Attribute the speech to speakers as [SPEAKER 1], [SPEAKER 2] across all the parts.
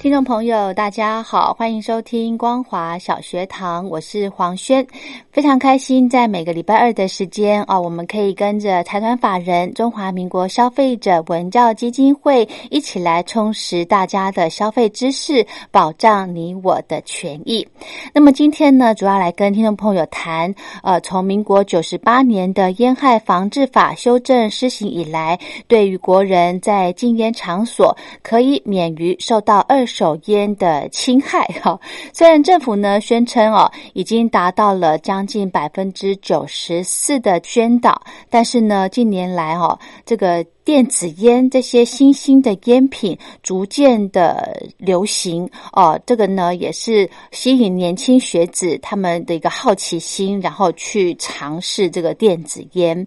[SPEAKER 1] 听众朋友，大家好，欢迎收听光华小学堂，我是黄轩，非常开心在每个礼拜二的时间哦，我们可以跟着财团法人中华民国消费者文教基金会一起来充实大家的消费知识，保障你我的权益。那么今天呢，主要来跟听众朋友谈，呃，从民国九十八年的烟害防治法修正施行以来，对于国人在禁烟场所可以免于受到二十。手烟的侵害 哈、哦，虽然政府呢宣称哦已经达到了将近百分之九十四的宣导，但是呢近年来哦这个电子烟这些新兴的烟品逐渐的流行哦，这个呢也是吸引年轻学子他们的一个好奇心，然后去尝试这个电子烟。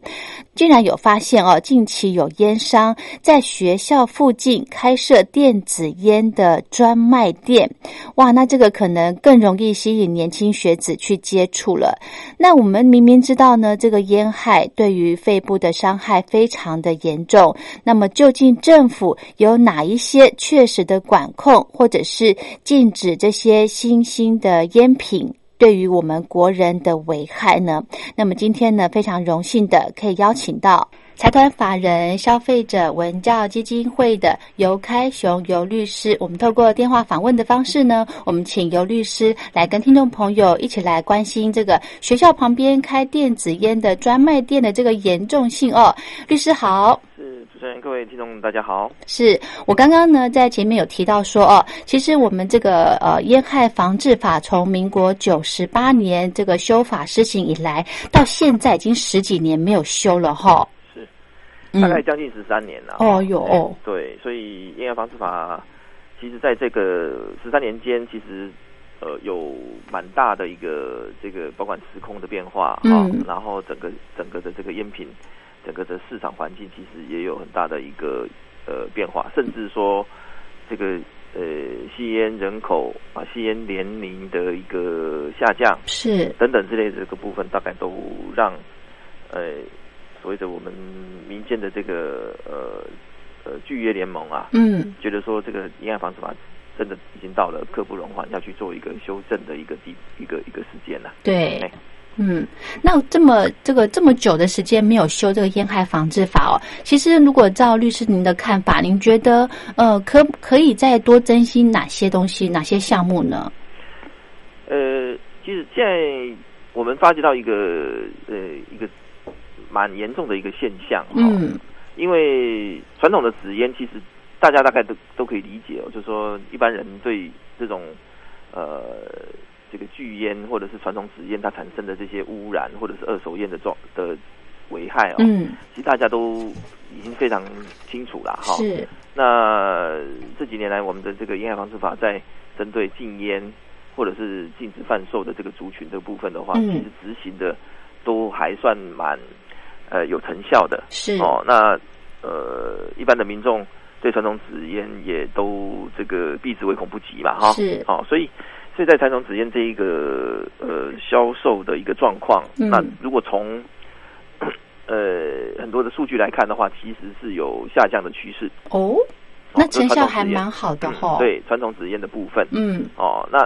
[SPEAKER 1] 竟然有发现哦，近期有烟商在学校附近开设电子烟的。专卖店，哇，那这个可能更容易吸引年轻学子去接触了。那我们明明知道呢，这个烟害对于肺部的伤害非常的严重，那么究竟政府有哪一些确实的管控，或者是禁止这些新兴的烟品？对于我们国人的危害呢？那么今天呢，非常荣幸的可以邀请到财团法人消费者文教基金会的游开雄游律师。我们透过电话访问的方式呢，我们请游律师来跟听众朋友一起来关心这个学校旁边开电子烟的专卖店的这个严重性哦。律师好。
[SPEAKER 2] 是主持人，各位听众，大家好。
[SPEAKER 1] 是我刚刚呢，在前面有提到说哦，其实我们这个呃烟害防治法从民国九十八年这个修法施行以来，到现在已经十几年没有修了哈、哦。
[SPEAKER 2] 是，大概将近十三年了。
[SPEAKER 1] 嗯
[SPEAKER 2] 哎
[SPEAKER 1] 哦哟，
[SPEAKER 2] 对，所以烟害防治法其实在这个十三年间，其实呃有蛮大的一个这个，包括时空的变化啊、哦
[SPEAKER 1] 嗯，
[SPEAKER 2] 然后整个整个的这个烟品。整个的市场环境其实也有很大的一个呃变化，甚至说这个呃吸烟人口啊、吸烟年龄的一个下降
[SPEAKER 1] 是
[SPEAKER 2] 等等之类的这个部分，大概都让呃所谓的我们民间的这个呃呃拒业联盟啊，
[SPEAKER 1] 嗯，
[SPEAKER 2] 觉得说这个烟害防治法。真的已经到了刻不容缓要去做一个修正的一个地一个一个时间了、啊。
[SPEAKER 1] 对。哎嗯，那这么这个这么久的时间没有修这个烟害防治法哦，其实如果照律师您的看法，您觉得呃可可以再多增新哪些东西，哪些项目呢？
[SPEAKER 2] 呃，其实现在我们发觉到一个呃一个蛮严重的一个现象、哦，
[SPEAKER 1] 嗯，
[SPEAKER 2] 因为传统的纸烟其实大家大概都都可以理解哦，就是说一般人对这种呃。这个巨烟或者是传统纸烟，它产生的这些污染或者是二手烟的状的危害哦，
[SPEAKER 1] 嗯，
[SPEAKER 2] 其实大家都已经非常清楚了哈。
[SPEAKER 1] 是。
[SPEAKER 2] 那这几年来，我们的这个烟害防治法在针对禁烟或者是禁止贩售的这个族群的部分的话，
[SPEAKER 1] 嗯、
[SPEAKER 2] 其实执行的都还算蛮呃有成效的。
[SPEAKER 1] 是。
[SPEAKER 2] 哦，那呃一般的民众对传统纸烟也都这个避之唯恐不及嘛哈。
[SPEAKER 1] 是。
[SPEAKER 2] 哦，所以。所以在传统纸烟这一个呃销售的一个状况、
[SPEAKER 1] 嗯，
[SPEAKER 2] 那如果从呃很多的数据来看的话，其实是有下降的趋势。
[SPEAKER 1] 哦，那成效还蛮好的哈、哦
[SPEAKER 2] 嗯。对，传统纸烟的部分，
[SPEAKER 1] 嗯，
[SPEAKER 2] 哦，那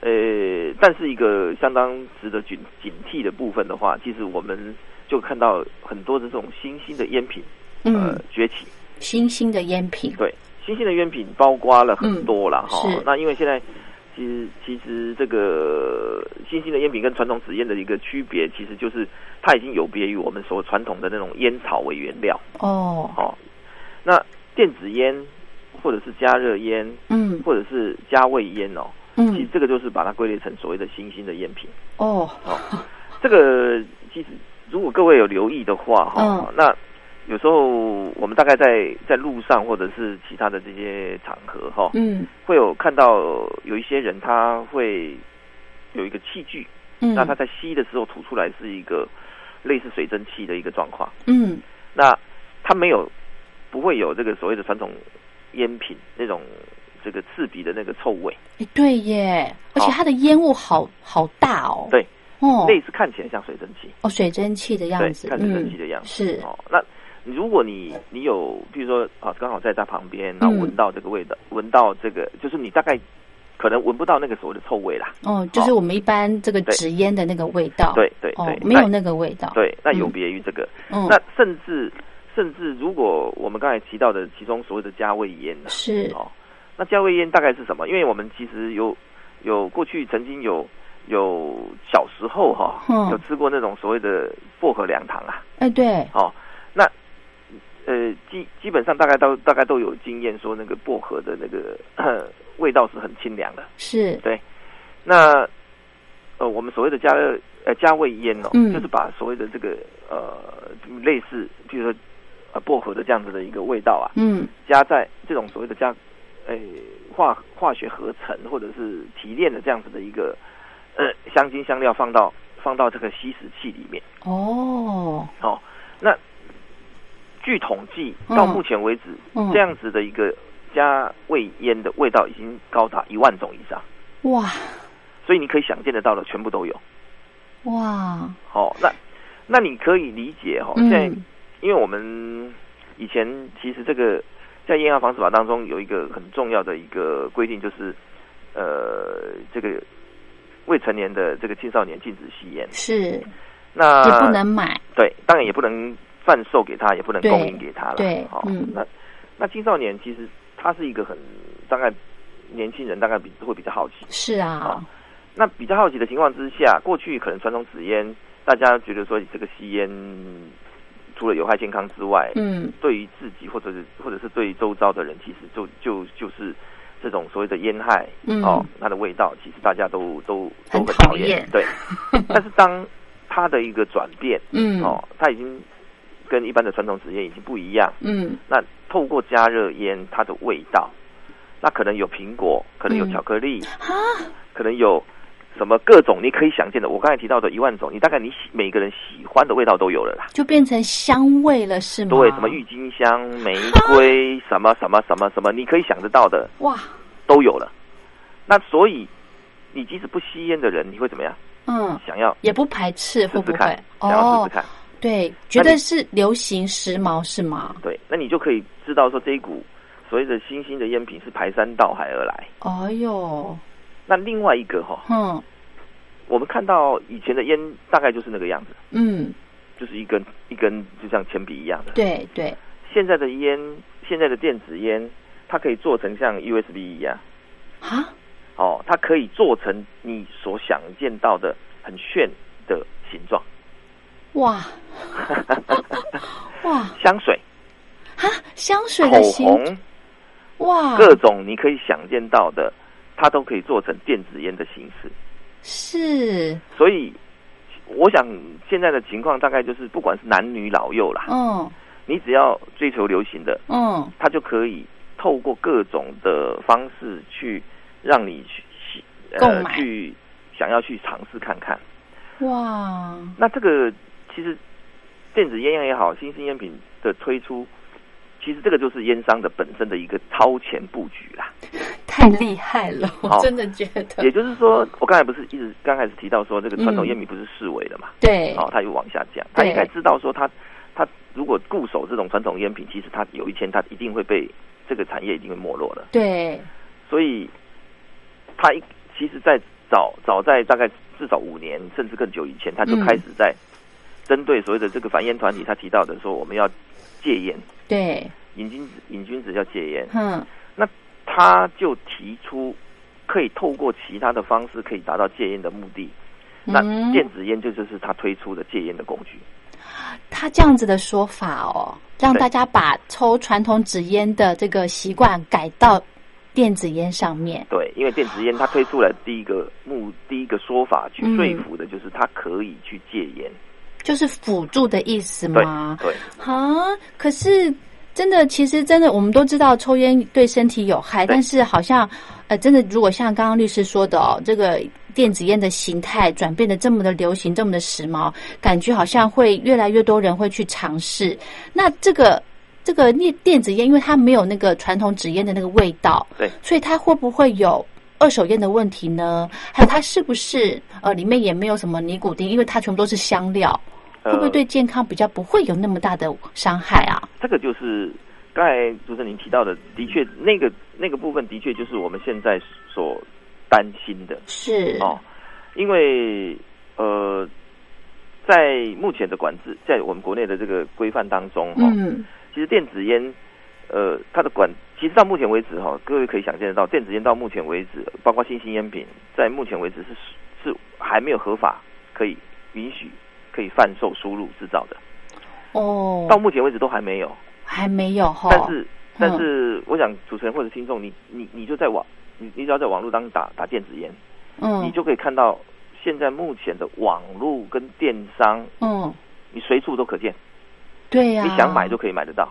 [SPEAKER 2] 呃，但是一个相当值得警警惕的部分的话，其实我们就看到很多的这种新兴的烟品呃、
[SPEAKER 1] 嗯、
[SPEAKER 2] 崛起，
[SPEAKER 1] 新兴的烟品，
[SPEAKER 2] 对，新兴的烟品包括了很多了哈、
[SPEAKER 1] 嗯。
[SPEAKER 2] 那因为现在。其实，其实这个个新兴的烟品跟传统纸烟的一个区别，其实就是它已经有别于我们所传统的那种烟草为原料
[SPEAKER 1] 哦，
[SPEAKER 2] 哦。那电子烟或者是加热烟
[SPEAKER 1] 嗯
[SPEAKER 2] 或者是加味烟哦，其实
[SPEAKER 1] 嗯，
[SPEAKER 2] 这个就是把它归类成所谓的新兴的烟品。
[SPEAKER 1] 哦，
[SPEAKER 2] 这个其实如果各位有留意的话，哈、
[SPEAKER 1] 嗯
[SPEAKER 2] 那有时候我们大概在在路上或者是其他的这些场合，哈、
[SPEAKER 1] 嗯
[SPEAKER 2] 会有看到有一些人他会有一个器具，
[SPEAKER 1] 嗯，
[SPEAKER 2] 那他在吸的时候吐出来是一个类似水蒸气的一个状况，
[SPEAKER 1] 嗯
[SPEAKER 2] 那他没有不会有这个所谓的传统烟品那种这个刺鼻的那个臭味，
[SPEAKER 1] 诶哎对耶，而且
[SPEAKER 2] 好
[SPEAKER 1] 它的烟雾好好大哦，
[SPEAKER 2] 对，
[SPEAKER 1] 哦
[SPEAKER 2] 类似看起来像水蒸气，
[SPEAKER 1] 哦水蒸气的样
[SPEAKER 2] 对，
[SPEAKER 1] 子，
[SPEAKER 2] 看水蒸气的
[SPEAKER 1] 嗯
[SPEAKER 2] 样子。
[SPEAKER 1] 是，
[SPEAKER 2] 哦，那如果你你有，比如说啊，刚好在他旁边，
[SPEAKER 1] 嗯
[SPEAKER 2] 然后闻到这个味道，闻到这个，就是你大概可能闻不到那个所谓的臭味啦。
[SPEAKER 1] 哦，就是我们一般这个
[SPEAKER 2] 对
[SPEAKER 1] 纸烟的那个味道，
[SPEAKER 2] 对对
[SPEAKER 1] 哦
[SPEAKER 2] 对，
[SPEAKER 1] 没有那个味道，
[SPEAKER 2] 对，那
[SPEAKER 1] 嗯
[SPEAKER 2] 有别于这个。
[SPEAKER 1] 嗯，
[SPEAKER 2] 那甚至甚至，如果我们刚才提到的其中所谓的加味烟呢、
[SPEAKER 1] 是，
[SPEAKER 2] 哦，那加味烟大概是什么？因为我们其实有有过去曾经有有小时候哈、
[SPEAKER 1] 嗯
[SPEAKER 2] 有吃过那种所谓的薄荷凉糖啊。
[SPEAKER 1] 哎对，
[SPEAKER 2] 哦，那呃基基本上大概都大概都有经验，说那个薄荷的那个 呃味道是很清凉的。
[SPEAKER 1] 是，
[SPEAKER 2] 那呃我们所谓的加热呃加味烟哦，
[SPEAKER 1] 嗯
[SPEAKER 2] 就是把所谓的这个呃类似比如说呃薄荷的这样子的一个味道啊，
[SPEAKER 1] 嗯
[SPEAKER 2] 加在这种所谓的加呃化化学合成或者是提炼的这样子的一个呃香精香料放到放到这个吸食器里面。
[SPEAKER 1] 哦，
[SPEAKER 2] 哦，那据统计，
[SPEAKER 1] 嗯
[SPEAKER 2] 到目前为止，
[SPEAKER 1] 嗯
[SPEAKER 2] 这样子的一个加味烟的味道已经高达一万种以上，
[SPEAKER 1] 哇
[SPEAKER 2] 所以你可以想见得到的全部都有。
[SPEAKER 1] 哇，
[SPEAKER 2] 哦，那那你可以理解哦，现在、
[SPEAKER 1] 嗯
[SPEAKER 2] 因为我们以前其实这个在烟害防治法当中有一个很重要的一个规定，就是呃，这个未成年的这个青少年禁止吸烟，
[SPEAKER 1] 是，
[SPEAKER 2] 那
[SPEAKER 1] 也不能买，
[SPEAKER 2] 对，当然也不能贩售给他，也不能
[SPEAKER 1] 对
[SPEAKER 2] 供应给他了。
[SPEAKER 1] 对
[SPEAKER 2] 哦，
[SPEAKER 1] 嗯
[SPEAKER 2] 那那青少年其实他是一个很大概年轻人大概比会比较好奇。
[SPEAKER 1] 是啊
[SPEAKER 2] 哦，那比较好奇的情况之下，过去可能传统纸烟，大家觉得说这个吸烟除了有害健康之外，
[SPEAKER 1] 嗯
[SPEAKER 2] 对于自己或者是或者是对于周遭的人，其实就就就是这种所谓的烟害、
[SPEAKER 1] 嗯
[SPEAKER 2] 哦，它的味道其实大家都都都
[SPEAKER 1] 很
[SPEAKER 2] 很
[SPEAKER 1] 讨
[SPEAKER 2] 讨厌
[SPEAKER 1] 厌。
[SPEAKER 2] 对，但是当它的一个转变。
[SPEAKER 1] 嗯
[SPEAKER 2] 哦，它已经跟一般的传统纸烟已经不一样。
[SPEAKER 1] 嗯
[SPEAKER 2] 那透过加热烟，它的味道，那可能有苹果，可能有
[SPEAKER 1] 嗯
[SPEAKER 2] 巧克力，
[SPEAKER 1] 啊
[SPEAKER 2] 可能有什么各种你可以想见的。我刚才提到的一万种，你大概你喜每个人喜欢的味道都有了啦。
[SPEAKER 1] 就变成香味了是吗？
[SPEAKER 2] 对，什么郁金香、玫瑰，什么什么什么什么，你可以想得到的
[SPEAKER 1] 哇，
[SPEAKER 2] 都有了。那所以，你即使不吸烟的人，你会怎么样？
[SPEAKER 1] 嗯，
[SPEAKER 2] 想要
[SPEAKER 1] 也不排斥，
[SPEAKER 2] 试
[SPEAKER 1] 会不
[SPEAKER 2] 试看
[SPEAKER 1] 会？，
[SPEAKER 2] 想要
[SPEAKER 1] 哦
[SPEAKER 2] 试试，看。
[SPEAKER 1] 对，觉得是流行时髦是吗？
[SPEAKER 2] 对，那你就可以知道说这一股所谓的新兴的烟品是排山倒海而来。
[SPEAKER 1] 哎呦，
[SPEAKER 2] 那另外一个哈、
[SPEAKER 1] 嗯
[SPEAKER 2] 我们看到以前的烟大概就是那个样子，
[SPEAKER 1] 嗯，
[SPEAKER 2] 就是一根一根就像铅笔一样的。
[SPEAKER 1] 对对，
[SPEAKER 2] 现在的烟，现在的电子烟，它可以做成像 USB 一样，
[SPEAKER 1] 啊，
[SPEAKER 2] 哦，它可以做成你所想见到的很炫的形状。
[SPEAKER 1] 哇 哇
[SPEAKER 2] 香水、
[SPEAKER 1] 啊，香水
[SPEAKER 2] 口
[SPEAKER 1] 的形
[SPEAKER 2] 红，
[SPEAKER 1] 哇，
[SPEAKER 2] 各种你可以想见到的，它都可以做成电子烟的形式。
[SPEAKER 1] 是
[SPEAKER 2] 所以，我想现在的情况大概就是，不管是男女老幼啦，
[SPEAKER 1] 嗯
[SPEAKER 2] 你只要追求流行的，
[SPEAKER 1] 嗯
[SPEAKER 2] 它就可以透过各种的方式去让你去去
[SPEAKER 1] 购
[SPEAKER 2] 呃
[SPEAKER 1] 买
[SPEAKER 2] 去想要去尝试看看。
[SPEAKER 1] 哇，
[SPEAKER 2] 那这个其实电子烟也好，新兴烟品的推出，其实这个就是烟商的本身的一个超前布局啦。
[SPEAKER 1] 太厉害了，我
[SPEAKER 2] 好
[SPEAKER 1] 真的觉得
[SPEAKER 2] 哦也就是说，我刚才不是一直刚开始提到说，这个传统
[SPEAKER 1] 嗯
[SPEAKER 2] 烟品不是视为的嘛？
[SPEAKER 1] 对
[SPEAKER 2] 哦，他又往下降，他
[SPEAKER 1] 嗯对
[SPEAKER 2] 应该知道说他他如果固守这种传统烟品，其实他有一天他一定会被这个产业一定会没落的，
[SPEAKER 1] 对，
[SPEAKER 2] 所以他一其实在早早在大概至少五年甚至更久以前，他就
[SPEAKER 1] 嗯
[SPEAKER 2] 开始在针对所谓的这个反烟团体，他提到的说我们要戒烟，
[SPEAKER 1] 对，
[SPEAKER 2] 瘾君子瘾君子要戒烟，
[SPEAKER 1] 嗯
[SPEAKER 2] 他就提出可以透过其他的方式可以达到戒烟的目的。那
[SPEAKER 1] 嗯
[SPEAKER 2] 电子烟就就是他推出的戒烟的工具。
[SPEAKER 1] 他这样子的说法哦，让
[SPEAKER 2] 对
[SPEAKER 1] 大家把抽传统纸烟的这个习惯改到电子烟上面。
[SPEAKER 2] 对，因为电子烟它推出来第一个目第一个说法去
[SPEAKER 1] 嗯
[SPEAKER 2] 说服的就是它可以去戒烟。
[SPEAKER 1] 就是辅助的意思
[SPEAKER 2] 对
[SPEAKER 1] 吗？
[SPEAKER 2] 对，
[SPEAKER 1] 啊，可是真的，其实真的，我们都知道抽烟对身体有害，
[SPEAKER 2] 对
[SPEAKER 1] 但是好像呃，真的，如果像刚刚律师说的哦，这个电子烟的形态转变的这么的流行，这么的时髦，感觉好像会越来越多人会去尝试。那这个。这个电电子烟，因为它没有那个传统纸烟的那个味道，
[SPEAKER 2] 对，
[SPEAKER 1] 所以它会不会有二手烟的问题呢？还有它是不是呃里面也没有什么尼古丁，因为它全部都是香料，
[SPEAKER 2] 呃
[SPEAKER 1] 会不会对健康比较不会有那么大的伤害啊？
[SPEAKER 2] 这个就是刚才主持人您提到的，的确那个那个部分的确就是我们现在所担心的
[SPEAKER 1] 是
[SPEAKER 2] 哦，因为呃，在目前的管制，在我们国内的这个规范当中，哈、
[SPEAKER 1] 嗯，
[SPEAKER 2] 其实电子烟，呃，它的管，其实到目前为止哈，各位可以想见得到，电子烟到目前为止，呃包括新型烟品，在目前为止是是还没有合法可以允许可以贩售、输入、制造的，
[SPEAKER 1] 哦，
[SPEAKER 2] 到目前为止都还没有。
[SPEAKER 1] 还没有哈，
[SPEAKER 2] 但是，但是，我想主持人或者听众，你你你就在网，你你只要在网络当中打打电子烟，
[SPEAKER 1] 嗯，
[SPEAKER 2] 你就可以看到现在目前的网络跟电商，
[SPEAKER 1] 嗯，
[SPEAKER 2] 你随处都可见，
[SPEAKER 1] 对呀、
[SPEAKER 2] 你想买就可以买得到。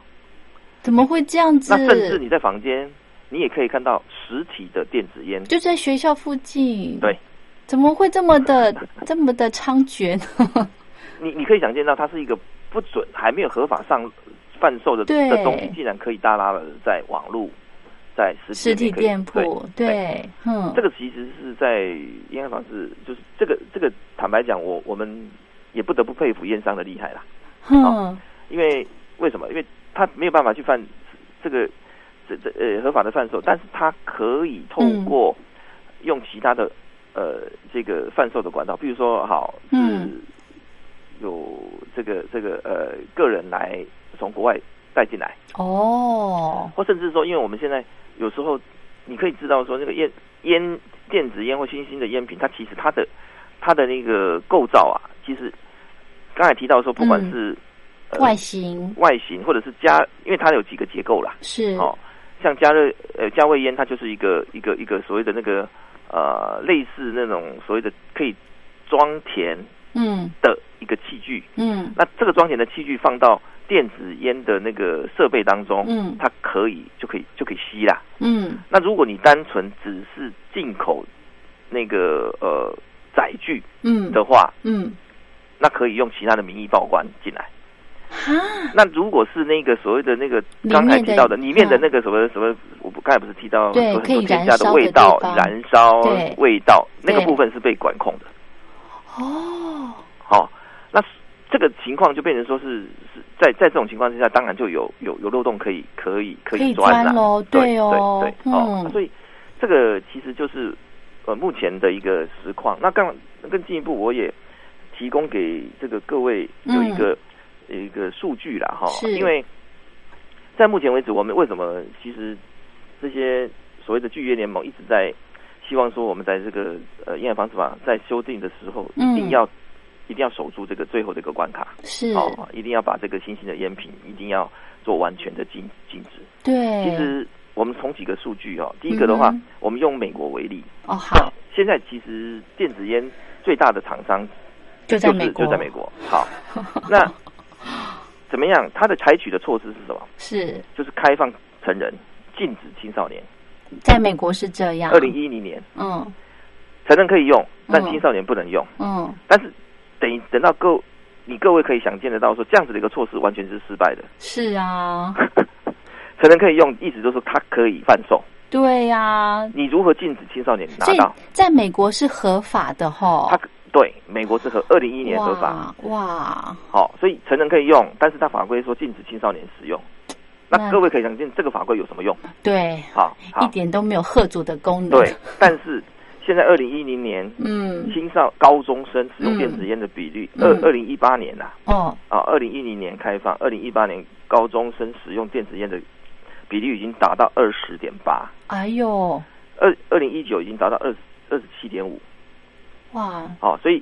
[SPEAKER 1] 怎么会这样子
[SPEAKER 2] 那？甚至你在房间，你也可以看到实体的电子烟。
[SPEAKER 1] 就在学校附近，
[SPEAKER 2] 对，
[SPEAKER 1] 怎么会这么的这么的猖獗呢？
[SPEAKER 2] 你你可以想见到，它是一个不准、还没有合法上贩售的
[SPEAKER 1] 对
[SPEAKER 2] 的东西，竟然可以大拉的在网络、在实体
[SPEAKER 1] 实体
[SPEAKER 2] 里面可以
[SPEAKER 1] 店
[SPEAKER 2] 对
[SPEAKER 1] 铺，
[SPEAKER 2] 对
[SPEAKER 1] 对，嗯，
[SPEAKER 2] 这个其实是在烟害防治，就是这个这个，坦白讲，我我们也不得不佩服烟商的厉害啦。
[SPEAKER 1] 嗯，
[SPEAKER 2] 因为为什么？因为他没有办法去贩这个这这呃合法的贩售，但是他可以透过用其他的、呃这个贩售的管道，比如说好是
[SPEAKER 1] 嗯
[SPEAKER 2] 有这个这个呃个人来从国外带进来，
[SPEAKER 1] 哦，
[SPEAKER 2] 或甚至说，因为我们现在有时候你可以知道说，那个烟烟电子烟或新兴的烟品，它其实它的它的那个构造啊，其实刚才提到说，不管
[SPEAKER 1] 嗯
[SPEAKER 2] 是、呃
[SPEAKER 1] 外形
[SPEAKER 2] 外形或者是加，因为它有几个结构啦，
[SPEAKER 1] 是
[SPEAKER 2] 哦，
[SPEAKER 1] 嗯
[SPEAKER 2] 像加热呃加味烟，它就是一个一个一个所谓的那个呃类似那种所谓的可以装填
[SPEAKER 1] 嗯
[SPEAKER 2] 的一个器具，
[SPEAKER 1] 嗯
[SPEAKER 2] 那这个装填的器具放到电子烟的那个设备当中，
[SPEAKER 1] 嗯
[SPEAKER 2] 它可以就可以就可以吸啦。
[SPEAKER 1] 嗯
[SPEAKER 2] 那如果你单纯只是进口那个呃载具
[SPEAKER 1] 嗯
[SPEAKER 2] 的话，
[SPEAKER 1] 嗯，
[SPEAKER 2] 那可以用其他的名义报关进来。
[SPEAKER 1] 哈，
[SPEAKER 2] 那如果是那个所谓的那个
[SPEAKER 1] 里面的
[SPEAKER 2] 刚才提到的里面的
[SPEAKER 1] 嗯
[SPEAKER 2] 那个什么什么，我不刚才不是提到
[SPEAKER 1] 对
[SPEAKER 2] 说很
[SPEAKER 1] 可以
[SPEAKER 2] 多添
[SPEAKER 1] 燃
[SPEAKER 2] 加的
[SPEAKER 1] 烧
[SPEAKER 2] 味
[SPEAKER 1] 的
[SPEAKER 2] 道
[SPEAKER 1] 地方、
[SPEAKER 2] 燃烧
[SPEAKER 1] 对
[SPEAKER 2] 味道那个
[SPEAKER 1] 对
[SPEAKER 2] 部分是被管控的。
[SPEAKER 1] 哦，
[SPEAKER 2] 好、那这个情况就变成说是是在在这种情况之下，当然就有有有漏洞可以可以可
[SPEAKER 1] 可以
[SPEAKER 2] 以钻
[SPEAKER 1] 钻
[SPEAKER 2] 啦、
[SPEAKER 1] 咯对
[SPEAKER 2] 对
[SPEAKER 1] 哦
[SPEAKER 2] 对对哦，
[SPEAKER 1] 嗯
[SPEAKER 2] 所以这个其实就是呃目前的一个实况。那更更进一步，我也提供给这个各位有一个、有一个数据啦哈，
[SPEAKER 1] 嗯是
[SPEAKER 2] 因为在目前为止，我们为什么其实这些所谓的拒约联盟一直在希望说我们在这个呃烟害防治法在修订的时候，
[SPEAKER 1] 嗯
[SPEAKER 2] 一定要、一定要守住这个最后的一个关卡，
[SPEAKER 1] 是，
[SPEAKER 2] 哦，一定要把这个新型的烟品一定要做完全的禁禁止。
[SPEAKER 1] 对，
[SPEAKER 2] 其实我们从几个数据哦，第一个的话，
[SPEAKER 1] 嗯
[SPEAKER 2] 我们用美国为例，
[SPEAKER 1] 哦好，
[SPEAKER 2] 现在其实电子烟最大的厂商
[SPEAKER 1] 就在
[SPEAKER 2] 嗯就是
[SPEAKER 1] 美国，
[SPEAKER 2] 就在美国。 好，那怎么样？它的采取的措施是什么？
[SPEAKER 1] 是
[SPEAKER 2] 就是开放成人，禁止青少年。
[SPEAKER 1] 在美国是这样。
[SPEAKER 2] 二零一零年
[SPEAKER 1] 嗯
[SPEAKER 2] 成人可以用，但
[SPEAKER 1] 嗯
[SPEAKER 2] 青少年不能用。
[SPEAKER 1] 嗯
[SPEAKER 2] 但是等于等到各你各位可以想见得到说，这样子的一个措施完全是失败的。
[SPEAKER 1] 是啊，
[SPEAKER 2] 成人可以用，意思就是它可以贩售。
[SPEAKER 1] 对 呀、
[SPEAKER 2] 你如何禁止青少年拿
[SPEAKER 1] 所以
[SPEAKER 2] 到？
[SPEAKER 1] 在美国是合法的吼。
[SPEAKER 2] 它对美国是合二零一一
[SPEAKER 1] 嗯
[SPEAKER 2] 年合法，
[SPEAKER 1] 哇哇，
[SPEAKER 2] 好、所以成人可以用，但是它法规说禁止青少年使用。
[SPEAKER 1] 那
[SPEAKER 2] 那各位可以想见，这个法规有什么用？
[SPEAKER 1] 对，
[SPEAKER 2] 好，
[SPEAKER 1] 一
[SPEAKER 2] 好，
[SPEAKER 1] 点都没有贺主的功能。
[SPEAKER 2] 对，。但是现在二零一零年
[SPEAKER 1] 嗯
[SPEAKER 2] 青少高中生使用电子烟的比率，
[SPEAKER 1] 嗯
[SPEAKER 2] 二
[SPEAKER 1] 嗯
[SPEAKER 2] 二零一八年呐、
[SPEAKER 1] 哦，
[SPEAKER 2] 啊，二零一零年开放，二零一八年高中生使用电子烟的比例已经达到二十点八，
[SPEAKER 1] 哎呦，
[SPEAKER 2] 二二零一九已经达到二二十七点五，
[SPEAKER 1] 哇，
[SPEAKER 2] 哦，所以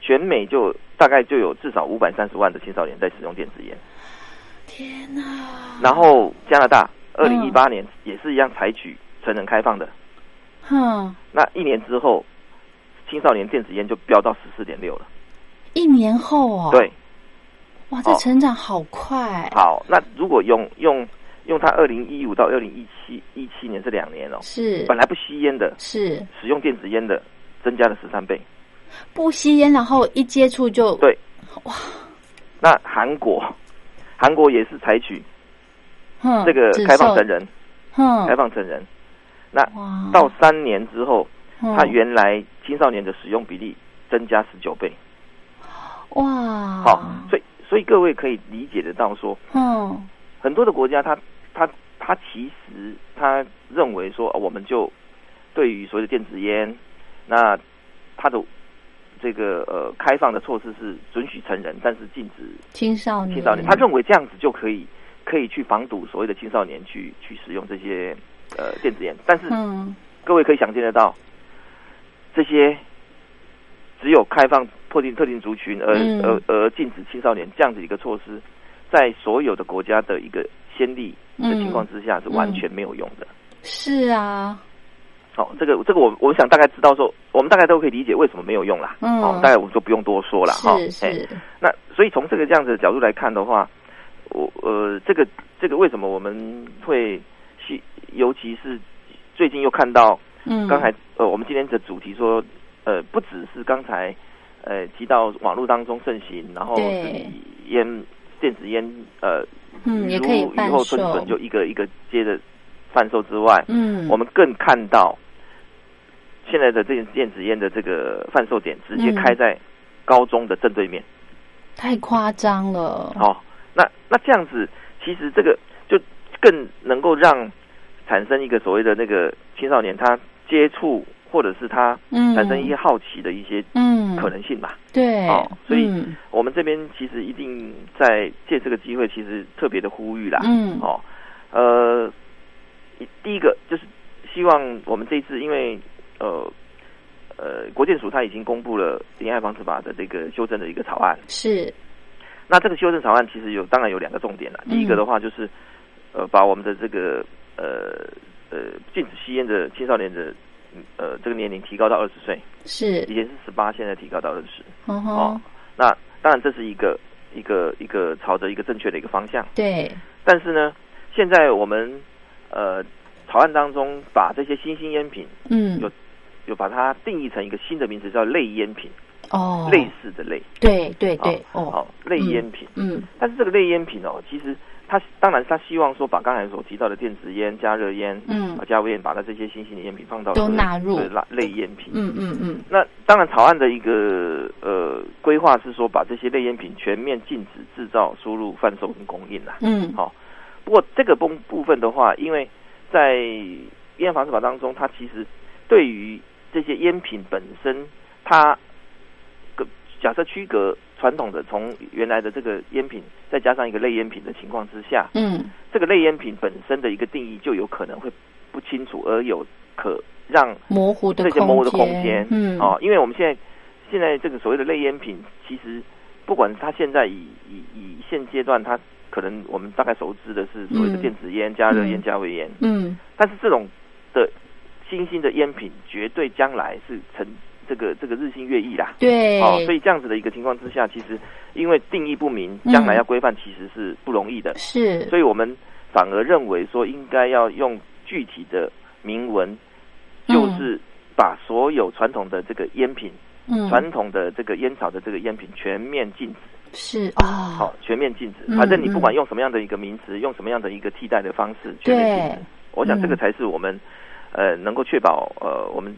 [SPEAKER 2] 全美就大概就有至少五百三十万的青少年在使用电子烟。
[SPEAKER 1] 天哪！
[SPEAKER 2] 然后加拿大
[SPEAKER 1] 嗯
[SPEAKER 2] 二零一八年也是一样采取成人开放的，
[SPEAKER 1] 哼，
[SPEAKER 2] 那一年之后，青少年电子烟就飙到十四点六了。
[SPEAKER 1] 一年后哦，，
[SPEAKER 2] 对，
[SPEAKER 1] 哇，这
[SPEAKER 2] 哦
[SPEAKER 1] 成长好快，
[SPEAKER 2] 好，那如果用用用他二零一五到二零一七一七年这两年哦，
[SPEAKER 1] 是
[SPEAKER 2] 本来不吸烟的，
[SPEAKER 1] 是
[SPEAKER 2] 使用电子烟的增加了十三倍。
[SPEAKER 1] 不吸烟，然后一接触就
[SPEAKER 2] 对那韩国， 韩国也是采取
[SPEAKER 1] 哼
[SPEAKER 2] 这个开放成，人，
[SPEAKER 1] 只受
[SPEAKER 2] 开
[SPEAKER 1] 哼，
[SPEAKER 2] 放成人。那
[SPEAKER 1] 哇，
[SPEAKER 2] 到三年之后，
[SPEAKER 1] 哼
[SPEAKER 2] 它原来青少年的使用比例增加十九倍。
[SPEAKER 1] 哇，
[SPEAKER 2] 好，所以所以各位可以理解得到说，
[SPEAKER 1] 嗯，
[SPEAKER 2] 很多的国家它它它其实它认为说，呃我们就对于所谓的电子烟，那它的这个呃开放的措施是准许成人，但是禁止
[SPEAKER 1] 青少年，
[SPEAKER 2] 青少年。他认为这样子就可以可以去防堵所谓的青少年去去使用这些呃电子烟，但是
[SPEAKER 1] 嗯，
[SPEAKER 2] 各位可以想见得到，这些只有开放特定特定族群而、
[SPEAKER 1] 嗯
[SPEAKER 2] 而而禁止青少年这样子一个措施，在所有的国家的一个先例的情况之下是完全没有用的。
[SPEAKER 1] 嗯是啊，
[SPEAKER 2] 好、这个这个我我想大概知道说，我们大概都可以理解为什么没有用啦。
[SPEAKER 1] 嗯
[SPEAKER 2] 好、大概我们就不用多说了哈。
[SPEAKER 1] 是
[SPEAKER 2] 哎
[SPEAKER 1] 是，
[SPEAKER 2] 那所以从这个这样子的角度来看的话，我呃，这个这个为什么我们会去，尤其是最近又看到
[SPEAKER 1] 嗯，
[SPEAKER 2] 刚才呃，我们今天的主题说，呃，不只是刚才呃提到网络当中盛行，然后
[SPEAKER 1] 对
[SPEAKER 2] 自己烟电子烟呃，
[SPEAKER 1] 嗯
[SPEAKER 2] 雨
[SPEAKER 1] 也可以
[SPEAKER 2] 露雨
[SPEAKER 1] 半
[SPEAKER 2] 后春
[SPEAKER 1] 售
[SPEAKER 2] 笋就一个一个接着贩售之外，
[SPEAKER 1] 嗯，
[SPEAKER 2] 我们更看到现在的这个电子烟的这个贩售点直接
[SPEAKER 1] 嗯
[SPEAKER 2] 开在高中的正对面。
[SPEAKER 1] 太夸张了，
[SPEAKER 2] 哦，那那这样子，其实这个就更能够让产生一个所谓的那个青少年他接触，或者是他
[SPEAKER 1] 嗯，
[SPEAKER 2] 产生一些好奇的一些
[SPEAKER 1] 嗯
[SPEAKER 2] 可能性吧。
[SPEAKER 1] 对
[SPEAKER 2] 哦，所以
[SPEAKER 1] 嗯
[SPEAKER 2] 我们这边其实一定在借这个机会，其实特别的呼吁啦。
[SPEAKER 1] 嗯
[SPEAKER 2] 哦，呃，一第一个就是希望我们这一次，因为呃呃，国建署它已经公布了《恋爱防治法》的这个修正的一个草案。
[SPEAKER 1] 是
[SPEAKER 2] 那这个修正草案其实有，当然有两个重点了。
[SPEAKER 1] 嗯
[SPEAKER 2] 第一个的话就是，呃，把我们的这个呃呃禁止吸烟的青少年的嗯呃这个年龄提高到二十岁，
[SPEAKER 1] 是
[SPEAKER 2] 以，前是十八，现在提高到二十。
[SPEAKER 1] 嗯
[SPEAKER 2] 哦
[SPEAKER 1] 哼，
[SPEAKER 2] 那当然这是一个一个一个朝着一个正确的一个方向。
[SPEAKER 1] 对，
[SPEAKER 2] 但是呢，现在我们呃草案当中把这些新兴烟品
[SPEAKER 1] 嗯，
[SPEAKER 2] 有有把它定义成一个新的名词，叫类烟品，
[SPEAKER 1] 哦，
[SPEAKER 2] 类似的类。
[SPEAKER 1] 对对对，哦，
[SPEAKER 2] 哦，类烟品。
[SPEAKER 1] 嗯
[SPEAKER 2] 但是这个类烟品哦，其实它当然它希望说把刚才所提到的电子烟、加热烟、
[SPEAKER 1] 嗯
[SPEAKER 2] 啊加味烟，把它这些新型的烟品放到
[SPEAKER 1] 都
[SPEAKER 2] 所谓
[SPEAKER 1] 纳入
[SPEAKER 2] 所谓的类烟品。
[SPEAKER 1] 嗯嗯嗯，
[SPEAKER 2] 那当然，草案的一个呃规划是说，把这些类烟品全面禁止制造、输入、贩售跟供应啦、
[SPEAKER 1] 嗯，
[SPEAKER 2] 好、不过这个部部分的话，因为在《烟防治法》当中，它其实对于这些烟品本身，它个假设区隔传统的从原来的这个烟品，再加上一个类烟品的情况之下，
[SPEAKER 1] 嗯
[SPEAKER 2] 这个类烟品本身的一个定义就有可能会不清楚，而有可让
[SPEAKER 1] 模糊的
[SPEAKER 2] 这些模糊的空间，
[SPEAKER 1] 嗯，
[SPEAKER 2] 哦，因为我们现在现在这个所谓的类烟品，其实不管它现在以以以现阶段它可能我们大概熟知的是所谓的
[SPEAKER 1] 嗯
[SPEAKER 2] 电子烟、加热烟、
[SPEAKER 1] 嗯
[SPEAKER 2] 加味烟，
[SPEAKER 1] 嗯
[SPEAKER 2] 但是这种的新兴的烟品，绝对将来是成这个这个日新月异啦。
[SPEAKER 1] 对，
[SPEAKER 2] 哦，所以这样子的一个情况之下，其实因为定义不明，
[SPEAKER 1] 嗯
[SPEAKER 2] 将来要规范其实是不容易的，
[SPEAKER 1] 是
[SPEAKER 2] 所以我们反而认为说应该要用具体的明文，
[SPEAKER 1] 嗯
[SPEAKER 2] 就是把所有传统的这个烟品、
[SPEAKER 1] 嗯
[SPEAKER 2] 传统的这个烟草的这个烟品全面禁止，
[SPEAKER 1] 是啊，
[SPEAKER 2] 好、全面禁止。
[SPEAKER 1] 嗯
[SPEAKER 2] 反正你不管用什么样的一个名词，用什么样的一个替代的方式，全面禁
[SPEAKER 1] 对
[SPEAKER 2] 止。，我想这个才是我们。呃，能够确保呃，我们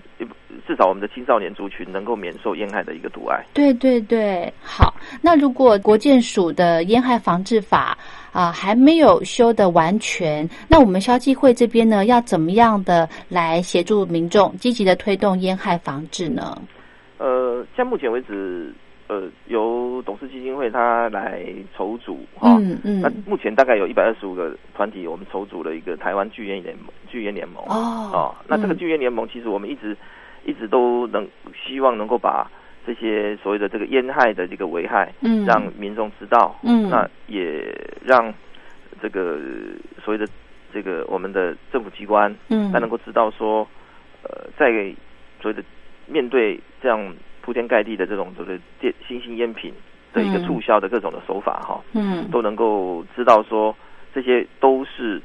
[SPEAKER 2] 至少我们的青少年族群能够免受烟害的一个阻碍。
[SPEAKER 1] 对对对，好。那如果国建署的烟害防治法啊、还没有修的完全，那我们消基会这边呢，要怎么样的来协助民众积极的推动烟害防治呢？
[SPEAKER 2] 呃，像目前为止，呃由董事基金会它来筹组哈。
[SPEAKER 1] 嗯
[SPEAKER 2] 哦那
[SPEAKER 1] 嗯，
[SPEAKER 2] 目前大概有一百二十五个团体，我们筹组了一个台湾剧院联盟。剧院联盟
[SPEAKER 1] 哦
[SPEAKER 2] 那这个
[SPEAKER 1] 嗯
[SPEAKER 2] 剧院联盟，其实我们一直一直都能希望能够把这些所谓的这个烟害的这个危害，
[SPEAKER 1] 嗯，
[SPEAKER 2] 让民众知道，
[SPEAKER 1] 嗯
[SPEAKER 2] 那也让这个所谓的这个我们的政府机关，
[SPEAKER 1] 嗯，
[SPEAKER 2] 他能够知道说，呃，在所谓的面对这样铺天盖地的这种所谓的电新型烟品的一个
[SPEAKER 1] 嗯
[SPEAKER 2] 促销的各种的手法哈，
[SPEAKER 1] 嗯
[SPEAKER 2] 都能够知道说这些都是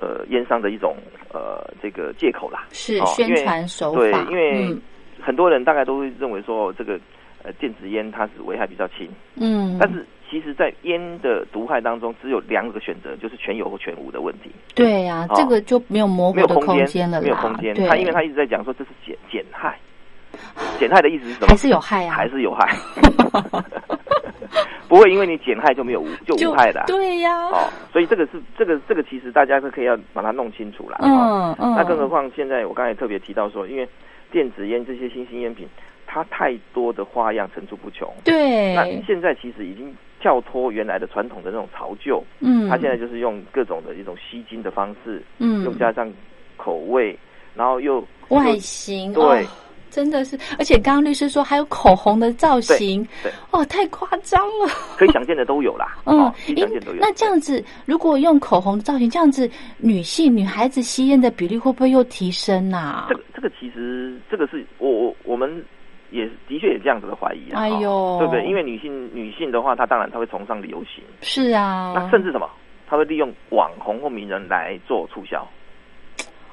[SPEAKER 2] 呃烟商的一种呃这个借口啦。
[SPEAKER 1] 是
[SPEAKER 2] 哦
[SPEAKER 1] 宣
[SPEAKER 2] 因为
[SPEAKER 1] 传手法，
[SPEAKER 2] 对因为
[SPEAKER 1] 嗯
[SPEAKER 2] 很多人大概都会认为说这个呃电子烟它是危害比较轻，
[SPEAKER 1] 嗯，
[SPEAKER 2] 但是其实在烟的毒害当中，只有两个选择，就是全有或全无的问题，
[SPEAKER 1] 对呀、
[SPEAKER 2] 哦
[SPEAKER 1] 这个就没有模
[SPEAKER 2] 没
[SPEAKER 1] 糊
[SPEAKER 2] 有
[SPEAKER 1] 的
[SPEAKER 2] 空
[SPEAKER 1] 间了啦，
[SPEAKER 2] 没有空间。
[SPEAKER 1] 对，
[SPEAKER 2] 他因为他一直在讲说这是减减害，减害的意思是什么？
[SPEAKER 1] 还是有害啊，
[SPEAKER 2] 还是有 害，不会因为你减害就没有无就
[SPEAKER 1] 就
[SPEAKER 2] 无害的啊、
[SPEAKER 1] 对呀、
[SPEAKER 2] 哦，所以这个是这个这个其实大家是可以要把它弄清楚啦。哦
[SPEAKER 1] 嗯嗯，
[SPEAKER 2] 那更何况现在我刚才特别提到说，因为电子烟这些新兴烟品，它太多的花样层出不穷。那
[SPEAKER 1] 对，
[SPEAKER 2] 现在其实已经跳脱原来的传统的那种潮旧，
[SPEAKER 1] 嗯，
[SPEAKER 2] 它现在就是用各种的一种吸睛的方式，又
[SPEAKER 1] 嗯
[SPEAKER 2] 加上口味，然后又
[SPEAKER 1] 外
[SPEAKER 2] 又
[SPEAKER 1] 形
[SPEAKER 2] 对
[SPEAKER 1] 哦真的是，而且刚刚律师说还有口红的造型
[SPEAKER 2] 对对，
[SPEAKER 1] 哦，太夸张了。
[SPEAKER 2] 可以想见的都有啦，
[SPEAKER 1] 嗯
[SPEAKER 2] 哦，可以，
[SPEAKER 1] 诶
[SPEAKER 2] 想见都有。
[SPEAKER 1] 那这样子，如果用口红造型，这样子，女性女孩子吸烟的比例会不会又提升啊呐、
[SPEAKER 2] 这个这个其实这个是我我我们也的确也这样子的怀疑啊，
[SPEAKER 1] 哎呦
[SPEAKER 2] 哦对不对？因为女性女性的话，她当然她会崇尚流行，
[SPEAKER 1] 是啊，
[SPEAKER 2] 那甚至什么，她会利用网红或名人来做促销，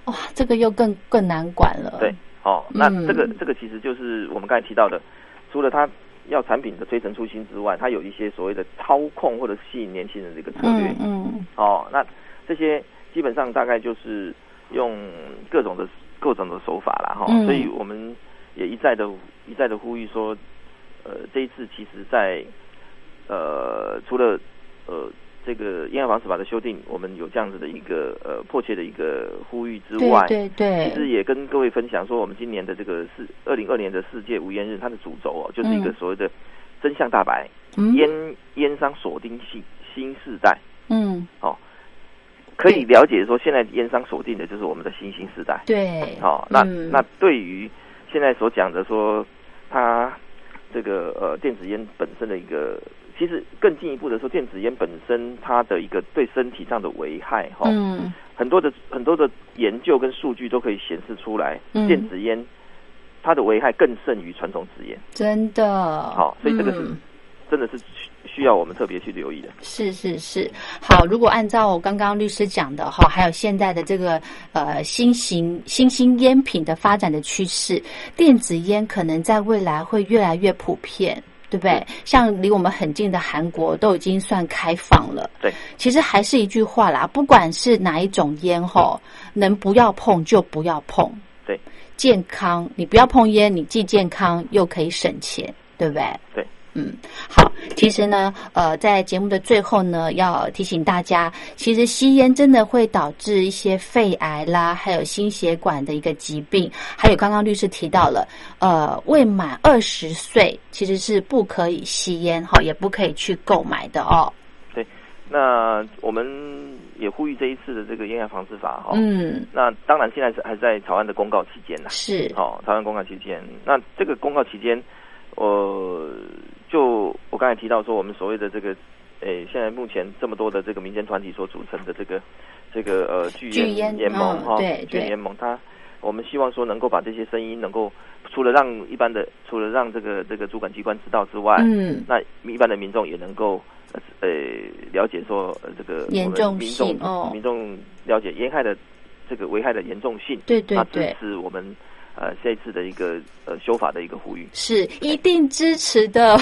[SPEAKER 1] 哇，这个又更更难管了。
[SPEAKER 2] 对，，哦，那
[SPEAKER 1] 嗯
[SPEAKER 2] 这个这个其实就是我们刚才提到的，除了她要产品的推陈出新之外，它有一些所谓的操控或者吸引年轻人的一个策略，
[SPEAKER 1] 嗯嗯
[SPEAKER 2] 哦，那这些基本上大概就是用各种的各种的手法啦，哈、
[SPEAKER 1] 嗯
[SPEAKER 2] 所以我们也一再的一再的呼吁说，呃，这一次其实在呃除了呃这个烟害防治法的修订，我们有这样子的一个呃迫切的一个呼吁之
[SPEAKER 1] 对
[SPEAKER 2] 外，
[SPEAKER 1] 嗯对
[SPEAKER 2] 其实
[SPEAKER 1] 对，
[SPEAKER 2] 也跟各位分享说，我们今年的这个世二零二年的世界无烟日，它的主轴哦，就是一个
[SPEAKER 1] 嗯
[SPEAKER 2] 所谓的真相大白，
[SPEAKER 1] 嗯
[SPEAKER 2] 烟烟商锁定新新世代。
[SPEAKER 1] 嗯，
[SPEAKER 2] 可以了解说，现在烟商锁定的就是我们的新兴时代。
[SPEAKER 1] 对，
[SPEAKER 2] 好、哦那、
[SPEAKER 1] 嗯
[SPEAKER 2] 那对于现在所讲的说，它这个呃电子烟本身的一个，其实更进一步的说，电子烟本身它的一个对身体上的危害，哈、
[SPEAKER 1] 嗯
[SPEAKER 2] 很多的很多的研究跟数据都可以显示出来，
[SPEAKER 1] 嗯
[SPEAKER 2] 电子烟它的危害更胜于传统纸烟，
[SPEAKER 1] 真的，
[SPEAKER 2] 好所以这个是
[SPEAKER 1] 嗯
[SPEAKER 2] 真的是需需要我们特别去留意的。
[SPEAKER 1] 是是是，好。如果按照我刚刚律师讲的哈，还有现在的这个呃新型新兴烟品的发展的趋势，电子烟可能在未来会越来越普遍，对不对？
[SPEAKER 2] 嗯
[SPEAKER 1] 像离我们很近的韩国都已经算开放了。
[SPEAKER 2] 对，
[SPEAKER 1] 其实还是一句话啦，不管是哪一种烟吼，能不要碰就不要碰。
[SPEAKER 2] 对，
[SPEAKER 1] 健康，你不要碰烟，你既健康又可以省钱，对不对？
[SPEAKER 2] 对，
[SPEAKER 1] 嗯，好。其实呢，呃，在节目的最后呢，要提醒大家，其实吸烟真的会导致一些肺癌啦，还有心血管的一个疾病，还有刚刚律师提到了，呃，未满二十岁其实是不可以吸烟哈，也不可以去购买的哦。
[SPEAKER 2] 那我们也呼吁这一次的这个烟害防治法，哈、哦
[SPEAKER 1] 嗯。
[SPEAKER 2] 那当然，现在是还在草案的公告期间呐。
[SPEAKER 1] 是，
[SPEAKER 2] 好、草案公告期间，那这个公告期间，呃，就我刚才提到说，我们所谓的这个，诶、现在目前这么多的这个民间团体所组成的这个这个呃剧
[SPEAKER 1] 剧
[SPEAKER 2] 院
[SPEAKER 1] 烟
[SPEAKER 2] 联盟
[SPEAKER 1] 嗯
[SPEAKER 2] 哈，
[SPEAKER 1] 对
[SPEAKER 2] 剧
[SPEAKER 1] 对
[SPEAKER 2] 院联盟，它我们希望说能够把这些声音能够除了让一般的除了让这个这个主管机关知道之外，
[SPEAKER 1] 嗯，
[SPEAKER 2] 那一般的民众也能够呃呃了解说、呃、这个
[SPEAKER 1] 严
[SPEAKER 2] 我们
[SPEAKER 1] 重
[SPEAKER 2] 民
[SPEAKER 1] 性
[SPEAKER 2] 众
[SPEAKER 1] 哦
[SPEAKER 2] 民众了解烟害的这个危害的严重性，
[SPEAKER 1] 对对
[SPEAKER 2] 那
[SPEAKER 1] 对
[SPEAKER 2] 支，持我们呃这一次的一个呃修法的一个呼吁。
[SPEAKER 1] 是一定支持的。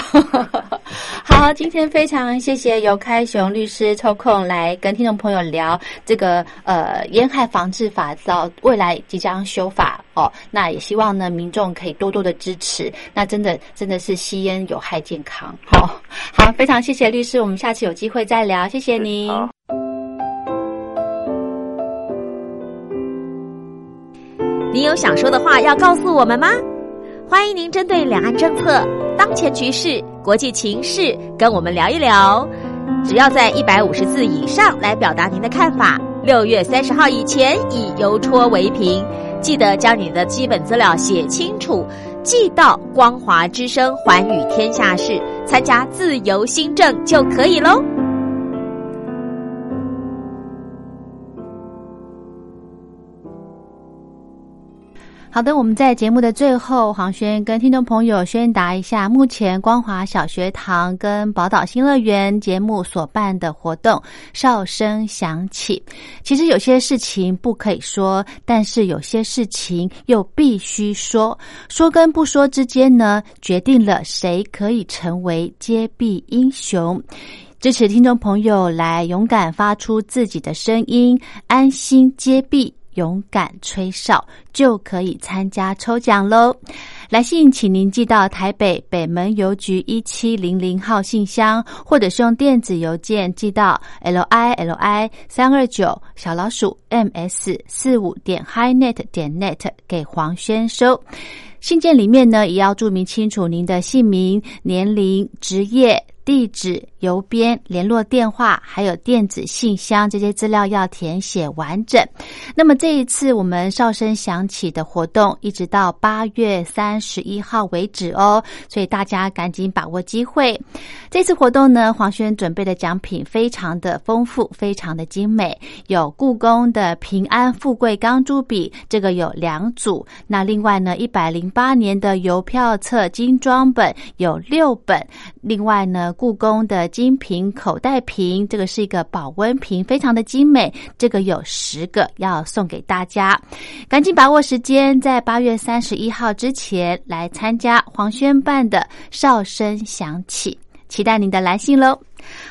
[SPEAKER 1] 好，今天非常谢谢尤开雄律师抽空来跟听众朋友聊这个呃烟害防治法到未来即将修法哦，那也希望呢民众可以多多的支持。那真的真的是吸烟有害健康。好、好，非常谢谢律师，我们下次有机会再聊，谢谢您。
[SPEAKER 2] 好
[SPEAKER 3] 你有想说的话要告诉我们吗？欢迎您针对两岸政策、当前局势、国际情势跟我们聊一聊。只要在一百五十字以上来表达您的看法，六月三十号以前以邮戳为凭。记得将你的基本资料写清楚，寄到光华之声环宇天下室，参加自由新政就可以喽。
[SPEAKER 1] 好的，我们在节目的最后，黄轩跟听众朋友宣达一下，目前光华小学堂跟宝岛新乐园节目所办的活动“哨声响起”。其实有些事情不可以说，但是有些事情又必须说。说跟不说之间呢，决定了谁可以成为揭臂英雄。支持听众朋友来勇敢发出自己的声音，安心揭臂。勇敢吹哨就可以参加抽奖喽！来信请您寄到台北北门邮局一七零零号信箱，或者是用电子邮件寄到 l i l i 三二九小老鼠 m s 四五点 highnet 点 net 给黄轩收。信件里面呢，也要注明清楚您的姓名、年龄、职业。地址、邮编、联络电话，还有电子信箱这些资料要填写完整。那么这一次我们哨声响起的活动，一直到八月三十一号为止哦，所以大家赶紧把握机会。这次活动呢，黄轩准备的奖品非常的丰富，非常的精美，有故宫的平安富贵钢珠笔，这个有两组。那另外呢，一百零八年的邮票册精装本有六本，另外呢。故宫的金瓶口袋瓶，这个是一个保温瓶，非常的精美。这个有十个要送给大家，赶紧把握时间，在八月三十一号之前来参加黄轩办的“哨声响起”，期待您的来信喽。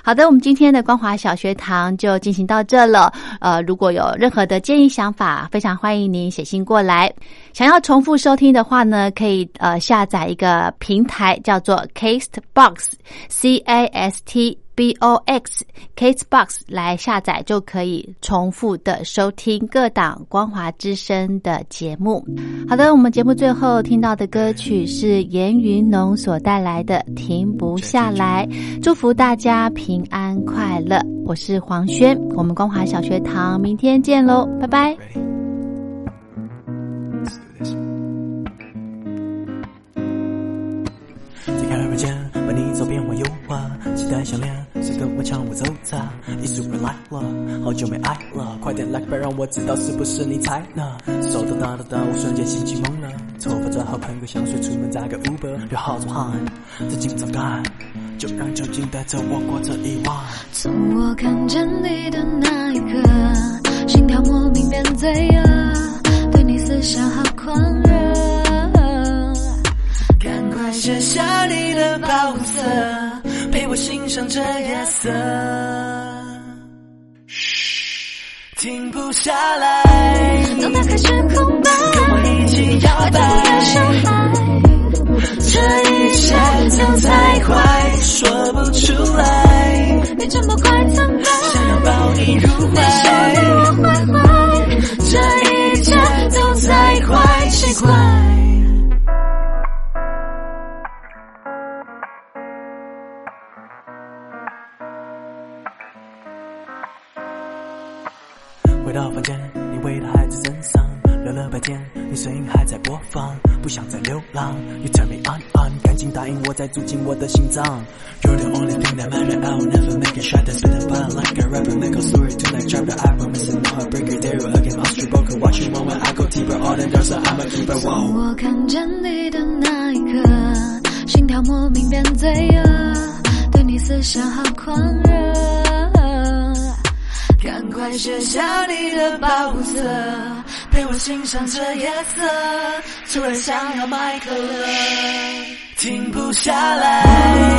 [SPEAKER 1] 好的，我们今天的光华小学堂就进行到这了。呃，如果有任何的建议想法，非常欢迎您写信过来。想要重复收听的话呢，可以呃下载一个平台叫做 Castbox，C A S T。B O X Casebox 来下载就可以重复的收听各档光华之声的节目。好的，我们节目最后听到的歌曲是严云农所带来的《停不下来》，祝福大家平安快乐。我是黄轩，我们光华小学堂明天见喽，拜拜。
[SPEAKER 4] 解开耳环键，把你走遍我诱惑，期待项链随着我唱舞走擦，艺术回来了，好久没爱了，快点来吧，让我知道是不是你猜呢？手抖哒哒哒，我瞬间心情懵了，头发抓好，喷个香水，出门打个 Uber，流好多汗，再紧张感，就让酒精带着我过这一晚。
[SPEAKER 5] 从我看见你的那一刻，心跳莫名变罪恶，对你思想好狂热。
[SPEAKER 4] 赶快卸下你的包袱色，陪我欣赏这夜色。嘘，停不下来，
[SPEAKER 5] 都打开悬空吧，
[SPEAKER 4] 跟我一起摇
[SPEAKER 5] 摆动我的
[SPEAKER 4] 摆。
[SPEAKER 5] 小孩，
[SPEAKER 4] 这一切都太快，说不出来，
[SPEAKER 5] 你这么快怎么？
[SPEAKER 4] 想要抱你入怀，
[SPEAKER 5] 我坏坏，
[SPEAKER 4] 这一切都太快，奇怪。回到房间，你偎他还在身上，聊了半天，你声音还在播放，不想再流浪。You turn me on on，赶紧答应我，再住进我的心脏。You're the only thing that matter, I will never make it shut. Spit a bond like a rapper, make a story tonight. Drop the I promise and no heartbreaker. There you again, I'll strip poker. Watch you moment, I go deeper. All the girls are I'm a keeper. Wow.
[SPEAKER 5] 我看见你的那一刻，心跳莫名变罪恶，对你思想好狂热。
[SPEAKER 4] 赶快卸下你的保护色，陪我欣赏这夜色。突然想要麦克了，停不下来。